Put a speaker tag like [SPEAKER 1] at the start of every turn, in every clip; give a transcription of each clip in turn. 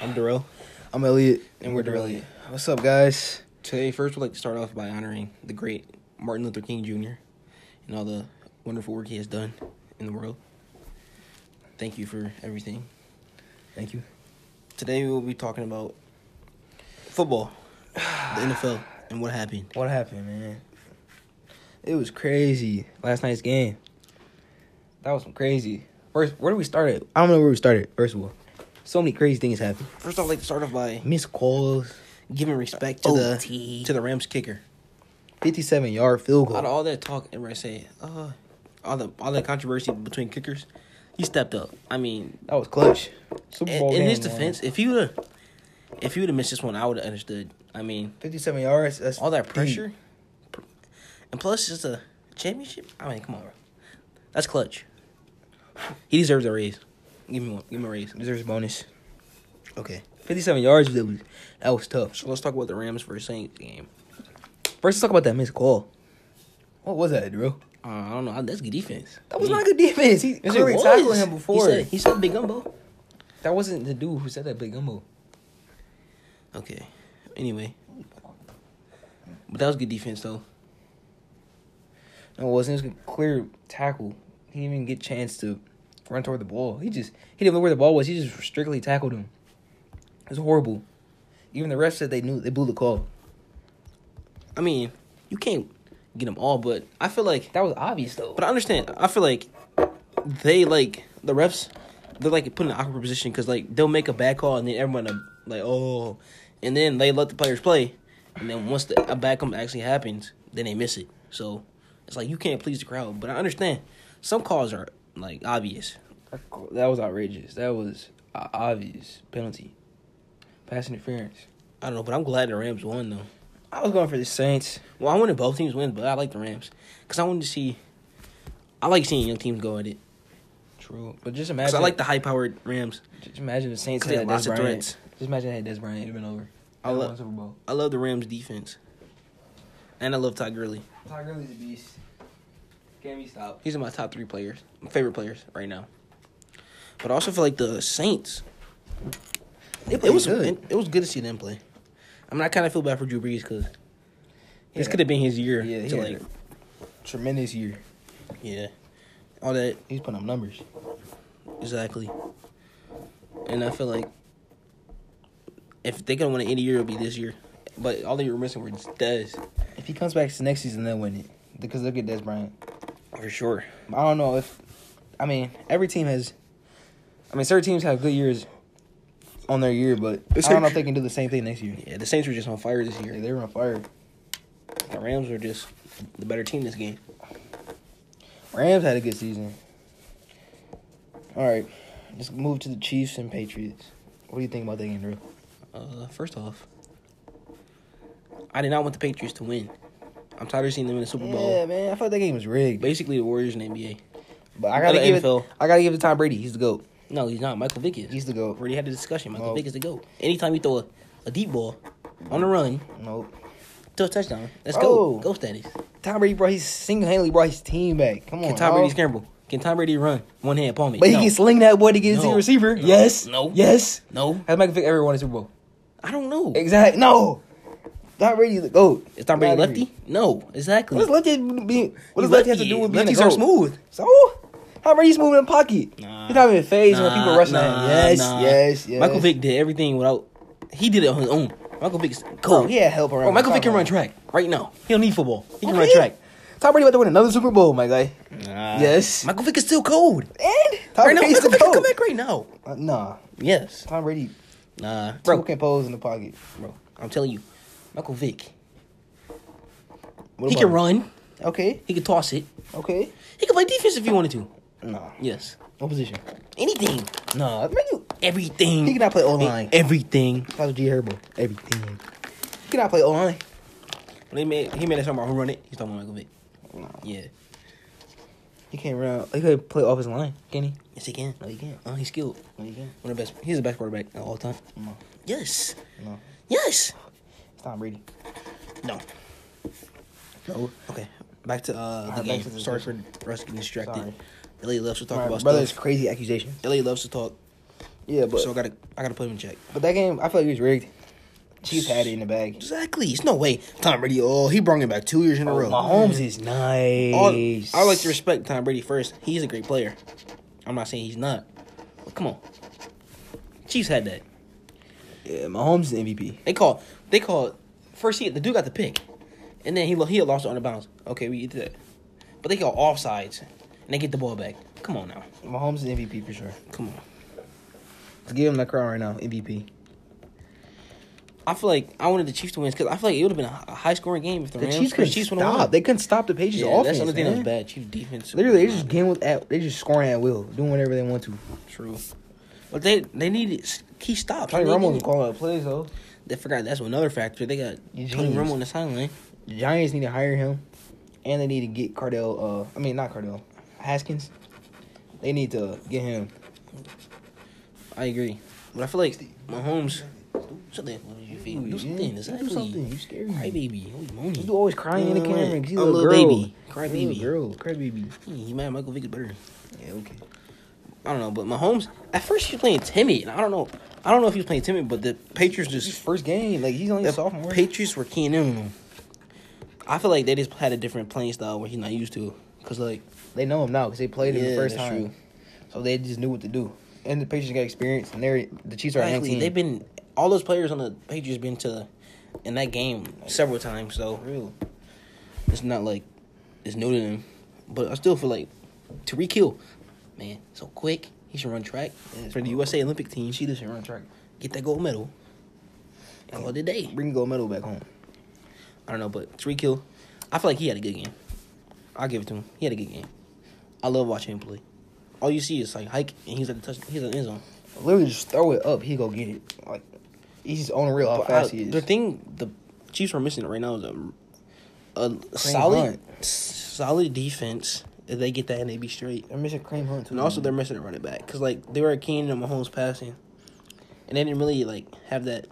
[SPEAKER 1] I'm Darrell.
[SPEAKER 2] I'm Elliot.
[SPEAKER 1] And we're Darrelli.
[SPEAKER 2] What's up, guys?
[SPEAKER 1] Today, first, we'd like to start off by honoring the great Martin Luther King Jr. and all the wonderful work he has done in the world. Thank you for everything.
[SPEAKER 2] Thank you.
[SPEAKER 1] Today, we will be talking about football, the NFL, and what happened.
[SPEAKER 2] What happened, man? It was crazy. Last night's game. That was some crazy. First, where do we start at? I don't know where we started. First of all, so many crazy things happened.
[SPEAKER 1] First, I'd like to start off by
[SPEAKER 2] Miss calls,
[SPEAKER 1] giving respect to the
[SPEAKER 2] OT.
[SPEAKER 1] to the Rams kicker.
[SPEAKER 2] fifty-seven yard field
[SPEAKER 1] Out of
[SPEAKER 2] goal.
[SPEAKER 1] all that talk, everybody say, uh, all the all that controversy between kickers, he stepped up. I mean,
[SPEAKER 2] That was clutch. Super
[SPEAKER 1] in,
[SPEAKER 2] Bowl
[SPEAKER 1] in
[SPEAKER 2] game,
[SPEAKER 1] his
[SPEAKER 2] man.
[SPEAKER 1] defense, if he would have, if he would have missed this one, I would have understood. I mean,
[SPEAKER 2] fifty-seven yards. That's
[SPEAKER 1] all that
[SPEAKER 2] deep.
[SPEAKER 1] pressure, pr- and plus it's a championship. I mean, come on, bro. that's clutch. He deserves a raise. Give me one. Give him a raise.
[SPEAKER 2] deserves a bonus.
[SPEAKER 1] Okay.
[SPEAKER 2] Fifty-seven yards. That was that was tough.
[SPEAKER 1] So let's talk about the Rams versus Saints game.
[SPEAKER 2] First, let's talk about that missed call. What was that, bro?
[SPEAKER 1] Uh, I don't know. That's good defense.
[SPEAKER 2] That was
[SPEAKER 1] He-
[SPEAKER 2] not good defense. He
[SPEAKER 1] Yes, it
[SPEAKER 2] Curry
[SPEAKER 1] was.
[SPEAKER 2] tackled him before.
[SPEAKER 1] He said, he said Big Gumbo.
[SPEAKER 2] that wasn't the dude who said that big gumbo.
[SPEAKER 1] Okay. Anyway. But that was good defense though.
[SPEAKER 2] No, it wasn't. It was a clear tackle. He didn't even get a chance to run toward the ball. He just he didn't know where the ball was. He just strictly tackled him. It was horrible. Even the refs said they knew they blew the call.
[SPEAKER 1] I mean, you can't get them all, but I feel like
[SPEAKER 2] That was obvious though.
[SPEAKER 1] But I understand. I feel like they like the refs. They're like put in an awkward position because like they'll make a bad call and then everyone uh, like oh, and then they let the players play, and then once the, a bad call actually happens, then they miss it. So it's like you can't please the crowd. But I understand some calls are like obvious.
[SPEAKER 2] that was outrageous. That was a obvious penalty, pass interference.
[SPEAKER 1] I don't know, but I'm glad the Rams won though.
[SPEAKER 2] I was going for the Saints.
[SPEAKER 1] Well, I wanted both teams to win, but I like the Rams because I wanted to see. I like seeing young teams go at it
[SPEAKER 2] True, but just
[SPEAKER 1] because
[SPEAKER 2] imagine.
[SPEAKER 1] I like the high powered Rams.
[SPEAKER 2] Just imagine the Saints
[SPEAKER 1] 'Cause they
[SPEAKER 2] had
[SPEAKER 1] had lots
[SPEAKER 2] Des
[SPEAKER 1] of
[SPEAKER 2] Bryant.
[SPEAKER 1] threats.
[SPEAKER 2] Just imagine they had Des Bryant. It'd have been over.
[SPEAKER 1] I
[SPEAKER 2] They
[SPEAKER 1] love-
[SPEAKER 2] won Super Bowl.
[SPEAKER 1] I love the Rams defense, and I love Todd Gurley.
[SPEAKER 2] Todd Gurley's a beast. Can't be stopped.
[SPEAKER 1] These are my top three players, my favorite players right now. But I also feel like the Saints. It, it
[SPEAKER 2] played
[SPEAKER 1] was
[SPEAKER 2] good.
[SPEAKER 1] It, it was good to see them play. I mean, I kind of feel bad for Drew Brees because this
[SPEAKER 2] Yeah.
[SPEAKER 1] could have been his year.
[SPEAKER 2] Yeah, he
[SPEAKER 1] to
[SPEAKER 2] had
[SPEAKER 1] like,
[SPEAKER 2] Tremendous year.
[SPEAKER 1] yeah, all that
[SPEAKER 2] He's putting up numbers.
[SPEAKER 1] exactly. And I feel like if they could win it any year, it'll be this year. But all they were missing were just Dez
[SPEAKER 2] If he comes back to next season, they'll win it. Because look at Des Bryant.
[SPEAKER 1] for sure.
[SPEAKER 2] I don't know if, I mean, every team has, I mean, certain teams have good years on their year, but I
[SPEAKER 1] It's
[SPEAKER 2] don't know
[SPEAKER 1] like-
[SPEAKER 2] if they can do the same thing next year.
[SPEAKER 1] Yeah, the Saints were just on fire this
[SPEAKER 2] Yeah,
[SPEAKER 1] year.
[SPEAKER 2] they were on fire.
[SPEAKER 1] The Rams were just the better team this game.
[SPEAKER 2] Rams had a good season. All right, let's move to the Chiefs and Patriots. What do you think about that game, Drew?
[SPEAKER 1] Uh, first off, I did not want the Patriots to win. I'm tired of seeing them in the Super
[SPEAKER 2] Yeah,
[SPEAKER 1] Bowl.
[SPEAKER 2] man, I thought that game was rigged.
[SPEAKER 1] Basically, the Warriors in the NBA.
[SPEAKER 2] But I gotta
[SPEAKER 1] the
[SPEAKER 2] give
[SPEAKER 1] NFL.
[SPEAKER 2] it. I gotta give it to Tom Brady. He's the goat.
[SPEAKER 1] No, he's not. Michael Vick is.
[SPEAKER 2] He's the goat.
[SPEAKER 1] We've already had the discussion. Michael
[SPEAKER 2] No.
[SPEAKER 1] Vick is the GOAT. Anytime you throw a, a deep ball on the run
[SPEAKER 2] Nope.
[SPEAKER 1] to a touchdown, that's
[SPEAKER 2] Oh.
[SPEAKER 1] go. Go status.
[SPEAKER 2] Tom Brady brought his single handedly brought his team back. Come on,
[SPEAKER 1] Can Tom
[SPEAKER 2] dog.
[SPEAKER 1] Brady scramble? Can Tom Brady run? One hand, palm it.
[SPEAKER 2] But
[SPEAKER 1] no.
[SPEAKER 2] he can sling that boy to get to
[SPEAKER 1] No.
[SPEAKER 2] the receiver.
[SPEAKER 1] No.
[SPEAKER 2] Yes.
[SPEAKER 1] No.
[SPEAKER 2] Yes.
[SPEAKER 1] no.
[SPEAKER 2] Has Michael Vick ever won a Super Bowl?
[SPEAKER 1] I don't know.
[SPEAKER 2] Exactly. No. Tom Brady's the goat.
[SPEAKER 1] Is Tom Brady
[SPEAKER 2] Not
[SPEAKER 1] lefty? No, exactly.
[SPEAKER 2] What does lefty be? What
[SPEAKER 1] He's
[SPEAKER 2] does lefty have to do with being a
[SPEAKER 1] Lefties
[SPEAKER 2] goat?
[SPEAKER 1] are smooth.
[SPEAKER 2] So Tom Brady's moving in pocket.
[SPEAKER 1] Nah.
[SPEAKER 2] He's not even phased when
[SPEAKER 1] Nah,
[SPEAKER 2] people rushing at
[SPEAKER 1] nah,
[SPEAKER 2] him. Yes.
[SPEAKER 1] nah.
[SPEAKER 2] Yes. Yes.
[SPEAKER 1] Michael Vick did everything without. He did it on his own. Michael Vick is cool.
[SPEAKER 2] Oh, he had help around.
[SPEAKER 1] Bro, Michael
[SPEAKER 2] him.
[SPEAKER 1] Vick can run track right now. He don't need football. He can
[SPEAKER 2] Oh,
[SPEAKER 1] run
[SPEAKER 2] yeah.
[SPEAKER 1] track.
[SPEAKER 2] Tom Brady about to win another Super Bowl, my guy. Yes.
[SPEAKER 1] Michael Vick is still cold.
[SPEAKER 2] And Tom
[SPEAKER 1] right now,
[SPEAKER 2] Brady's
[SPEAKER 1] Michael
[SPEAKER 2] the
[SPEAKER 1] Vick can
[SPEAKER 2] goat.
[SPEAKER 1] come back right now.
[SPEAKER 2] Uh, nah.
[SPEAKER 1] Yes.
[SPEAKER 2] Tom Brady.
[SPEAKER 1] Nah.
[SPEAKER 2] Bro,
[SPEAKER 1] Bro,
[SPEAKER 2] can pose in the pocket.
[SPEAKER 1] bro, I'm telling you, Michael Vick.
[SPEAKER 2] What
[SPEAKER 1] he
[SPEAKER 2] about
[SPEAKER 1] can
[SPEAKER 2] him?
[SPEAKER 1] run.
[SPEAKER 2] Okay.
[SPEAKER 1] He can toss it.
[SPEAKER 2] Okay.
[SPEAKER 1] He can play defense if he wanted to.
[SPEAKER 2] Nah.
[SPEAKER 1] Yes.
[SPEAKER 2] What position?
[SPEAKER 1] Anything.
[SPEAKER 2] Nah. Man, you
[SPEAKER 1] Everything.
[SPEAKER 2] He cannot play O-line.
[SPEAKER 1] Everything.
[SPEAKER 2] That was G Herbo. Everything. He cannot play O line.
[SPEAKER 1] When he made he made that song about who run it, he's talking about Michael Vick.
[SPEAKER 2] Nah.
[SPEAKER 1] Yeah.
[SPEAKER 2] He can't run. He could play offensive line, can he?
[SPEAKER 1] Yes, he can.
[SPEAKER 2] No, he can't.
[SPEAKER 1] Oh, he's skilled.
[SPEAKER 2] No, he can't.
[SPEAKER 1] One of the best. He's the best quarterback of all time.
[SPEAKER 2] No.
[SPEAKER 1] Yes.
[SPEAKER 2] No.
[SPEAKER 1] Yes.
[SPEAKER 2] It's Tom Brady.
[SPEAKER 1] No.
[SPEAKER 2] No.
[SPEAKER 1] Okay. Back to uh, the
[SPEAKER 2] Alright, back
[SPEAKER 1] game.
[SPEAKER 2] to the
[SPEAKER 1] Sorry for us getting distracted.
[SPEAKER 2] Sorry.
[SPEAKER 1] Elliot loves to talk
[SPEAKER 2] My
[SPEAKER 1] about
[SPEAKER 2] brother's
[SPEAKER 1] stuff.
[SPEAKER 2] crazy accusation.
[SPEAKER 1] Elliot loves to talk,
[SPEAKER 2] Yeah, but
[SPEAKER 1] so I gotta I gotta put him in check.
[SPEAKER 2] but that game, I feel like it was rigged. Chiefs had it in the bag.
[SPEAKER 1] Exactly. It's no way Tom Brady. Oh, he brought him back two years in a
[SPEAKER 2] Oh,
[SPEAKER 1] row.
[SPEAKER 2] Mahomes is nice.
[SPEAKER 1] All- I like to respect Tom Brady first. He's a great player. I'm not saying he's not. But come on, Chiefs had that.
[SPEAKER 2] Yeah, Mahomes is the MVP.
[SPEAKER 1] They call they call first he the dude got the pick, and then he lo- he had lost it on the bounds. Okay, we did that, but they call offsides and they get the ball back. Come on now,
[SPEAKER 2] Mahomes is MVP for sure.
[SPEAKER 1] come on.
[SPEAKER 2] Let's give him that crown right now. MVP.
[SPEAKER 1] I feel like I wanted the Chiefs to win because I feel like it would have been a high scoring game if the,
[SPEAKER 2] The
[SPEAKER 1] Rams
[SPEAKER 2] Chiefs couldn't
[SPEAKER 1] Chiefs would've
[SPEAKER 2] stop.
[SPEAKER 1] won.
[SPEAKER 2] They couldn't stop the Patriots
[SPEAKER 1] yeah, that's
[SPEAKER 2] offense.
[SPEAKER 1] the only thing that was
[SPEAKER 2] man.
[SPEAKER 1] bad. Chiefs defense.
[SPEAKER 2] Literally, they just game with at. They just scoring at will, doing whatever they want to.
[SPEAKER 1] true, but they they needed s- key stops.
[SPEAKER 2] Tony
[SPEAKER 1] They
[SPEAKER 2] Romo was
[SPEAKER 1] needed-
[SPEAKER 2] calling out plays though.
[SPEAKER 1] They forgot that's another factor. They got Tony
[SPEAKER 2] Eugene.
[SPEAKER 1] Romo in the sideline.
[SPEAKER 2] The Giants need to hire him, and they need to get Cardell. Uh, I mean not Cardell, Haskins. They need to get him.
[SPEAKER 1] I agree, but I feel like Mahomes. Do something. You feel me? Do something. Exactly.
[SPEAKER 2] Do something. You scary.
[SPEAKER 1] Cry baby. Holy moly.
[SPEAKER 2] You always crying in the
[SPEAKER 1] Mm,
[SPEAKER 2] camera. 'cause you
[SPEAKER 1] I'm a
[SPEAKER 2] a little
[SPEAKER 1] little
[SPEAKER 2] girl.
[SPEAKER 1] baby. Cry
[SPEAKER 2] You a
[SPEAKER 1] baby.
[SPEAKER 2] Little girl. Cry baby.
[SPEAKER 1] He mad Michael Vick is better.
[SPEAKER 2] Yeah. Okay.
[SPEAKER 1] I don't know, but Mahomes at first he was playing timid. and I don't know. I don't know if he was playing timid, but the Patriots
[SPEAKER 2] His
[SPEAKER 1] just
[SPEAKER 2] first game, like he's only
[SPEAKER 1] the
[SPEAKER 2] a sophomore.
[SPEAKER 1] Patriots were keying in on him. I feel like they just had a different playing style where he's not used to. Cause like
[SPEAKER 2] They know him now because they played him the
[SPEAKER 1] Yeah,
[SPEAKER 2] first
[SPEAKER 1] that's
[SPEAKER 2] time.
[SPEAKER 1] true.
[SPEAKER 2] So they just knew what to do. And the Patriots got experience, and they're the Chiefs are
[SPEAKER 1] Exactly.
[SPEAKER 2] exactly.
[SPEAKER 1] They've been all those players on the Patriots been to in that game several times, so
[SPEAKER 2] real.
[SPEAKER 1] it's not like it's new to them. But I still feel like Tariq Hill, man, so quick. He should run track
[SPEAKER 2] Yes,
[SPEAKER 1] for the
[SPEAKER 2] bro.
[SPEAKER 1] USA Olympic team.
[SPEAKER 2] She doesn't run track.
[SPEAKER 1] Get that gold medal. And call it a day.
[SPEAKER 2] Bring gold medal back home.
[SPEAKER 1] I don't know, but Tariq Hill, I feel like he had a good game. I'll give it to him. He had a good game. I love watching him play. All you see is like hike, and he's at the touch. He's at the end zone.
[SPEAKER 2] Literally, just throw it up. He go get it. Like he's just on uh, the real how
[SPEAKER 1] But
[SPEAKER 2] fast
[SPEAKER 1] I-
[SPEAKER 2] he is.
[SPEAKER 1] The thing the Chiefs are missing right now is a, a solid, s- solid defense. If they get that and they be straight,
[SPEAKER 2] they're missing Cream Hunt too.
[SPEAKER 1] and also they're missing a running back because like they were keen on Mahomes passing, and they didn't really like have that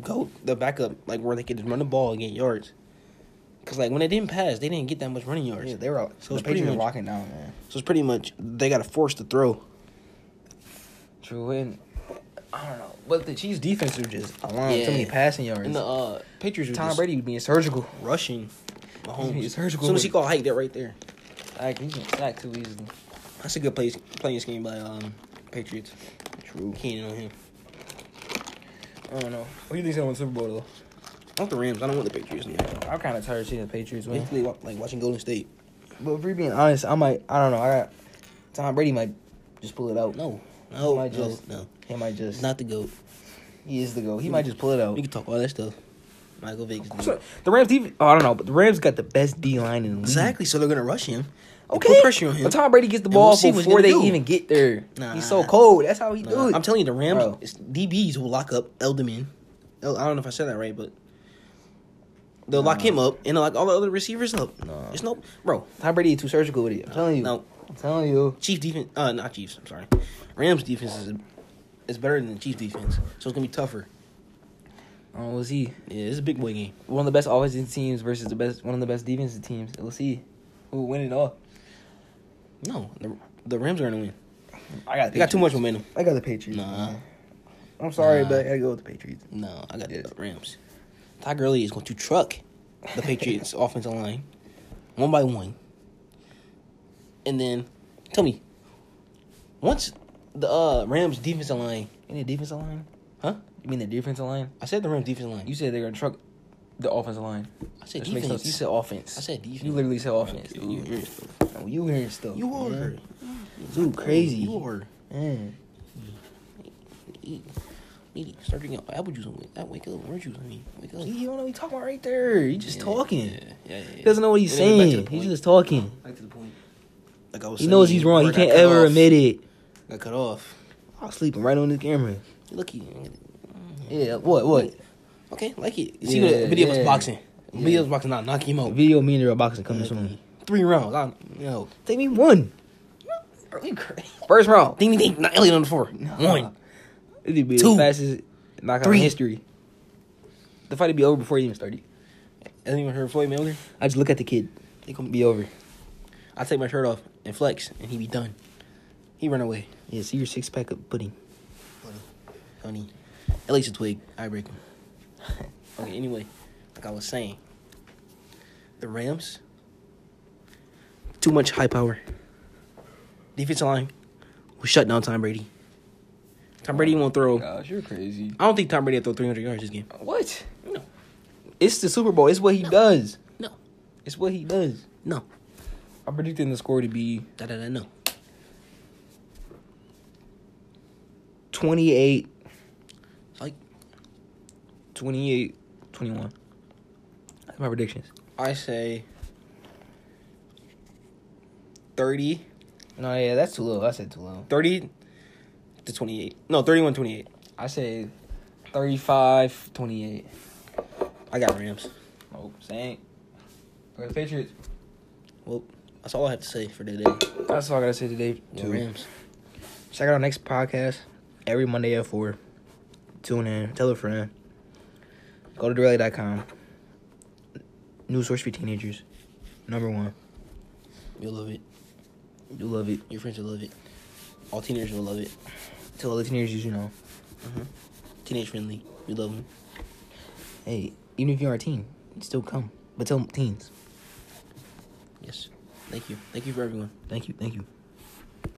[SPEAKER 1] go the backup like where they could just run the ball and get yards. Cause like when they didn't pass, they didn't get that much running yards.
[SPEAKER 2] yeah, they were out.
[SPEAKER 1] So
[SPEAKER 2] the
[SPEAKER 1] it's pretty
[SPEAKER 2] Patriots were
[SPEAKER 1] much-
[SPEAKER 2] locking down, man.
[SPEAKER 1] So it's pretty much they got to force the throw.
[SPEAKER 2] True, and I don't know, but the Chiefs' defense are just allowing
[SPEAKER 1] Yeah.
[SPEAKER 2] too many passing yards.
[SPEAKER 1] And the uh, Patriots were
[SPEAKER 2] Tom
[SPEAKER 1] just
[SPEAKER 2] Brady being surgical.
[SPEAKER 1] rushing Mahomes.
[SPEAKER 2] He's
[SPEAKER 1] As
[SPEAKER 2] surgical
[SPEAKER 1] soon
[SPEAKER 2] with
[SPEAKER 1] as he
[SPEAKER 2] it.
[SPEAKER 1] called hike, that right there.
[SPEAKER 2] Like he's getting sacked too easily.
[SPEAKER 1] That's a good play, playing scheme by um Patriots.
[SPEAKER 2] True.
[SPEAKER 1] Keenan on him.
[SPEAKER 2] I don't know. What do you think's gonna win the Super Bowl though?
[SPEAKER 1] I want the Rams. I don't want the Patriots. Now.
[SPEAKER 2] I'm kind of tired of seeing the Patriots win.
[SPEAKER 1] Basically, wa- like watching Golden State.
[SPEAKER 2] But if we're being honest, I might. I don't know. I got Tom Brady might just pull it out.
[SPEAKER 1] No, no,
[SPEAKER 2] Might
[SPEAKER 1] no,
[SPEAKER 2] just-
[SPEAKER 1] no.
[SPEAKER 2] he might just. Oh.
[SPEAKER 1] It's not the goat.
[SPEAKER 2] he is the go. He might just pull it out.
[SPEAKER 1] We can talk all that stuff. Michael Vick. is the GOAT.
[SPEAKER 2] the Rams defense. Oh, I don't know, but the Rams got the best D line in the league.
[SPEAKER 1] Exactly. So they're gonna rush him. and
[SPEAKER 2] Okay.
[SPEAKER 1] Put pressure on him.
[SPEAKER 2] But Tom Brady gets the
[SPEAKER 1] And we'll
[SPEAKER 2] ball
[SPEAKER 1] see what he's
[SPEAKER 2] before
[SPEAKER 1] gonna
[SPEAKER 2] they
[SPEAKER 1] do.
[SPEAKER 2] even get there.
[SPEAKER 1] Nah.
[SPEAKER 2] He's so cold. That's how he
[SPEAKER 1] Nah,
[SPEAKER 2] do it.
[SPEAKER 1] I'm telling you, the Rams.
[SPEAKER 2] Bro.
[SPEAKER 1] It's DBs will lock up Elderman. El- I don't know if I said that right, but they'll lock him up and they'll lock all the other receivers up.
[SPEAKER 2] Nah.
[SPEAKER 1] It's no, bro.
[SPEAKER 2] Tom Brady is too surgical with it. I'm telling you.
[SPEAKER 1] No.
[SPEAKER 2] I'm telling you.
[SPEAKER 1] Chief defense, uh, not Chiefs. I'm sorry. Rams defense is is better than the Chiefs defense, so it's gonna be tougher.
[SPEAKER 2] Oh, we'll see.
[SPEAKER 1] Yeah, it's a big boy game.
[SPEAKER 2] One of the best offensive teams versus the best one of the best defensive teams. We'll see who will win it all.
[SPEAKER 1] No, the, the Rams are gonna win.
[SPEAKER 2] I got.
[SPEAKER 1] They got too much momentum.
[SPEAKER 2] I got the Patriots.
[SPEAKER 1] Nah.
[SPEAKER 2] man. I'm sorry,
[SPEAKER 1] Nah.
[SPEAKER 2] but I gotta go with the Patriots.
[SPEAKER 1] No, I got
[SPEAKER 2] Yeah.
[SPEAKER 1] the Rams. Ty Gurley is going to truck the Patriots offensive line one by one, and then tell me once the uh, Rams defensive line,
[SPEAKER 2] In the defensive line?
[SPEAKER 1] huh?
[SPEAKER 2] You mean the defensive line?
[SPEAKER 1] I said the Rams defensive line.
[SPEAKER 2] You said they're gonna truck the offensive line.
[SPEAKER 1] I said
[SPEAKER 2] Which makes no-
[SPEAKER 1] defense.
[SPEAKER 2] You said offense.
[SPEAKER 1] I said defense.
[SPEAKER 2] You literally said offense.
[SPEAKER 1] You, you,
[SPEAKER 2] You,
[SPEAKER 1] you,
[SPEAKER 2] you hearing stuff?
[SPEAKER 1] you are
[SPEAKER 2] man. You crazy.
[SPEAKER 1] You are.
[SPEAKER 2] Man.
[SPEAKER 1] Eat. Eat. Start drinking apple juice. and Wake, I wake up. Orange juice. I mean, wake up.
[SPEAKER 2] See, You don't know what he's talking about right there. He just
[SPEAKER 1] Yeah,
[SPEAKER 2] talking.
[SPEAKER 1] Yeah, yeah, yeah,
[SPEAKER 2] He doesn't know what he's
[SPEAKER 1] Anyway, back to the
[SPEAKER 2] saying. He's
[SPEAKER 1] point.
[SPEAKER 2] just talking.
[SPEAKER 1] Back to the point. Like I was
[SPEAKER 2] He knows
[SPEAKER 1] saying,
[SPEAKER 2] he's wrong. He
[SPEAKER 1] where I
[SPEAKER 2] can't
[SPEAKER 1] got cut
[SPEAKER 2] ever
[SPEAKER 1] off-
[SPEAKER 2] admit it.
[SPEAKER 1] Got cut off.
[SPEAKER 2] I'm sleeping right on this camera.
[SPEAKER 1] Look at you.
[SPEAKER 2] Yeah. What? What?
[SPEAKER 1] Okay, like it. You see
[SPEAKER 2] Yeah,
[SPEAKER 1] the video of
[SPEAKER 2] yeah.
[SPEAKER 1] us boxing.
[SPEAKER 2] Yeah.
[SPEAKER 1] Video of us boxing. Now knock him out.
[SPEAKER 2] Video me and the boxing coming soon.
[SPEAKER 1] Three rounds. I, no.
[SPEAKER 2] Take me one.
[SPEAKER 1] Are you crazy?
[SPEAKER 2] First round.
[SPEAKER 1] Ding ding ding. Not Elliot on the floor. One.
[SPEAKER 2] It'd be
[SPEAKER 1] Two.
[SPEAKER 2] the fastest knockout
[SPEAKER 1] Three.
[SPEAKER 2] in history. The fight would be over before it even started.
[SPEAKER 1] Hasn't even heard Floyd Mayweather.
[SPEAKER 2] I just look at the kid.
[SPEAKER 1] They come
[SPEAKER 2] Be over.
[SPEAKER 1] I take my shirt off and flex, and he be done. He run away,
[SPEAKER 2] Yeah, see your six pack of pudding.
[SPEAKER 1] honey. At least a twig. I break him. okay, anyway, like I was saying, the Rams. Too much high power. Defensive line will shut down Tom Brady. Tom Brady won't throw.
[SPEAKER 2] Gosh, you're crazy.
[SPEAKER 1] I don't think Tom Brady will throw 300 yards this game.
[SPEAKER 2] What?
[SPEAKER 1] No,
[SPEAKER 2] It's the Super Bowl. It's what he does.
[SPEAKER 1] no,
[SPEAKER 2] It's what he does.
[SPEAKER 1] no,
[SPEAKER 2] I'm predicting the score to be
[SPEAKER 1] da da da no.
[SPEAKER 2] 28,
[SPEAKER 1] Like
[SPEAKER 2] 28, 21. That's my predictions.
[SPEAKER 1] I say, thirty.
[SPEAKER 2] No, yeah, that's too low. I said too low.
[SPEAKER 1] 30 to 28. No, 31 28.
[SPEAKER 2] I said 35, 28.
[SPEAKER 1] I got Rams.
[SPEAKER 2] Oh, same. For the Patriots.
[SPEAKER 1] Well, that's all I have to say for today.
[SPEAKER 2] That's all I gotta say today.
[SPEAKER 1] Two. Rams.
[SPEAKER 2] Check out our next podcast every Monday at 4. Tune in. Tell a friend. Go to derally.com. News source for teenagers. Number one.
[SPEAKER 1] You'll love it.
[SPEAKER 2] You love it.
[SPEAKER 1] Your friends will love it. All teenagers will love it.
[SPEAKER 2] Tell all the teenagers you know.
[SPEAKER 1] Mm-hmm. Teenage friendly. We love them.
[SPEAKER 2] Hey, even if you aren't a teen, you still come. But tell teens.
[SPEAKER 1] Yes. Thank you. Thank you for everyone.
[SPEAKER 2] Thank you. Thank you.